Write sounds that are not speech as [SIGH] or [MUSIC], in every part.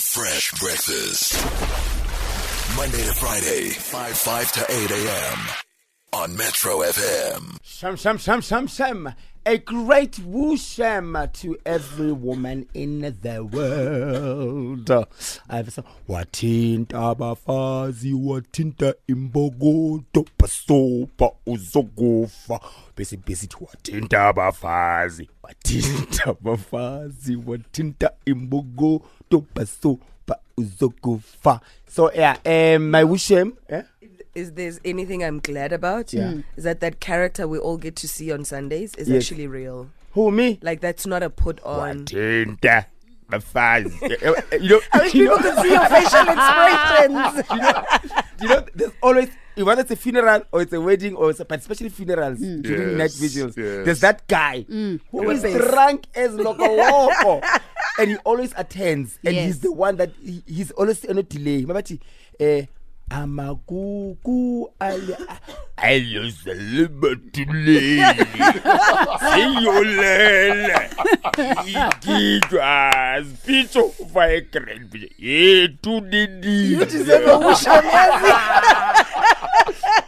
Fresh breakfast. Monday to Friday, 5 5 to 8 a.m. on Metro FM. Sam, Sam, Sam, Sam, Sam. A great woo Sam to every woman in the world. I have a song. Wathinta abafazi, wathinta imbogodo, basopa uzokufa. Bese besithi wathinta abafazi, wathinta abafazi, wathinta imbogodo, basopa uzokufa. So yeah, um, my wish Sam, eh? is there's anything I'm glad about Yeah. Mm. is that that character we all get to see on Sundays is Yes. actually real. Who me? Like that's not a put on. Tinta. The fans. [LAUGHS] you know, I wish you know, people could see your facial [LAUGHS] expressions. you know, you know, there's always whether it's a funeral or it's a wedding or it's a, but especially funerals during night Yes, vigils. yes. Hmm. There's that guy who is Yes. drunk as [LAUGHS] loco and he always attends and Yes. he's the one that he, he's always on a delay. Remember, uh, amagugu ale [LAUGHS] ayozelebatuleni siyolela igidwa spitso fa egrand yethu nini [LAUGHS]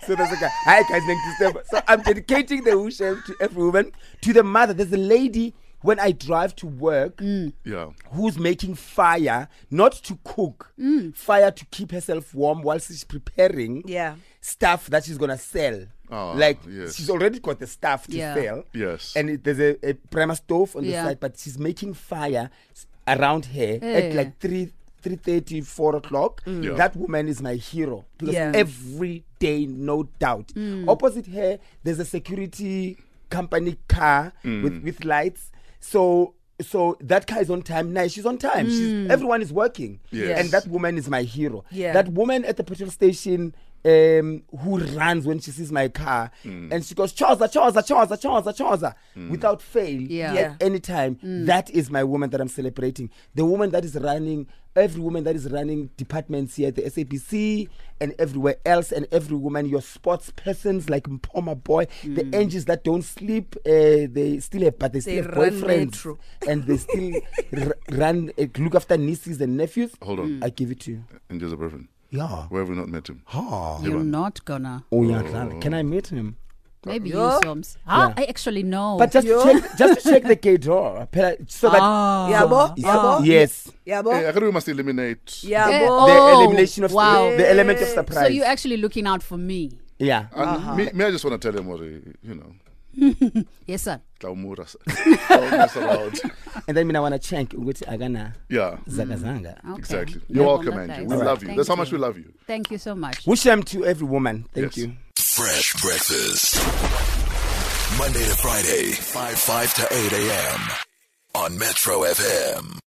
so there's a guy hi guys thank you so much. so i'm dedicating the wishes to every woman to the mother there's a lady when i drive to work Yeah. who's making fire not to cook fire to keep herself warm whilst she's preparing Yeah. stuff that she's gonna sell Ah, like yes. she's already got the stuff to Yeah. sell Yes. and it, there's a, a primer stove on Yeah. the side but she's making fire s- around her at Eh. like 3 three thirty, four o'clock. Yeah. That woman is my hero because Yeah. every day, no doubt. Opposite her, there's a security company car Mm. with, with lights. So so that car is on time. Now she's on time. She's, everyone is working, Yes. and that woman is my hero. Yeah. That woman at the petrol station um, who runs when she sees my car, and she goes Choza, Choza, Choza, Choza, Choza, without fail Yeah. at any time. That is my woman that I'm celebrating. The woman that is running, every woman that is running departments here at the SAPC and everywhere else, and every woman, your sports persons like Mpoma Boy, the angels that don't sleep, uh, they still have, but they still They have run boyfriends, metro. and they still r- run, uh, look after nieces and nephews. Hold on. I give it to you. And just a boyfriend. Yeah. Where have we not met him? Oh, You're Ivan. not gonna. yeah. Can I meet him? Maybe Yeah. you Soms. Huh? I actually know. But just to Yo. check, just to check the gate door, phela- so that [LAUGHS] Ah. Yabo, yabo, yes. Hey, yabo, I thought we must eliminate. Eh, yabo. the Oh, elimination of wow. the element of so surprise. you're actually looking out for me. yeah. And Uh-huh. me, me, I just want to tell him what he, you know, Yes, sir. Klaumura. [LAUGHS] Klaumura's around. And then when I want to check, ukuthi akana Yeah. Mm. zanga zanga. Okay. Exactly. Yeah, You're welcome, well, that Angie. guy. We Alright. love you. That's how much we love you. Thank you so much. Wish them to every woman. Thank Yes. you. Fresh breakfast. Monday to Friday, 5 5 to 8 a.m. on Metro FM.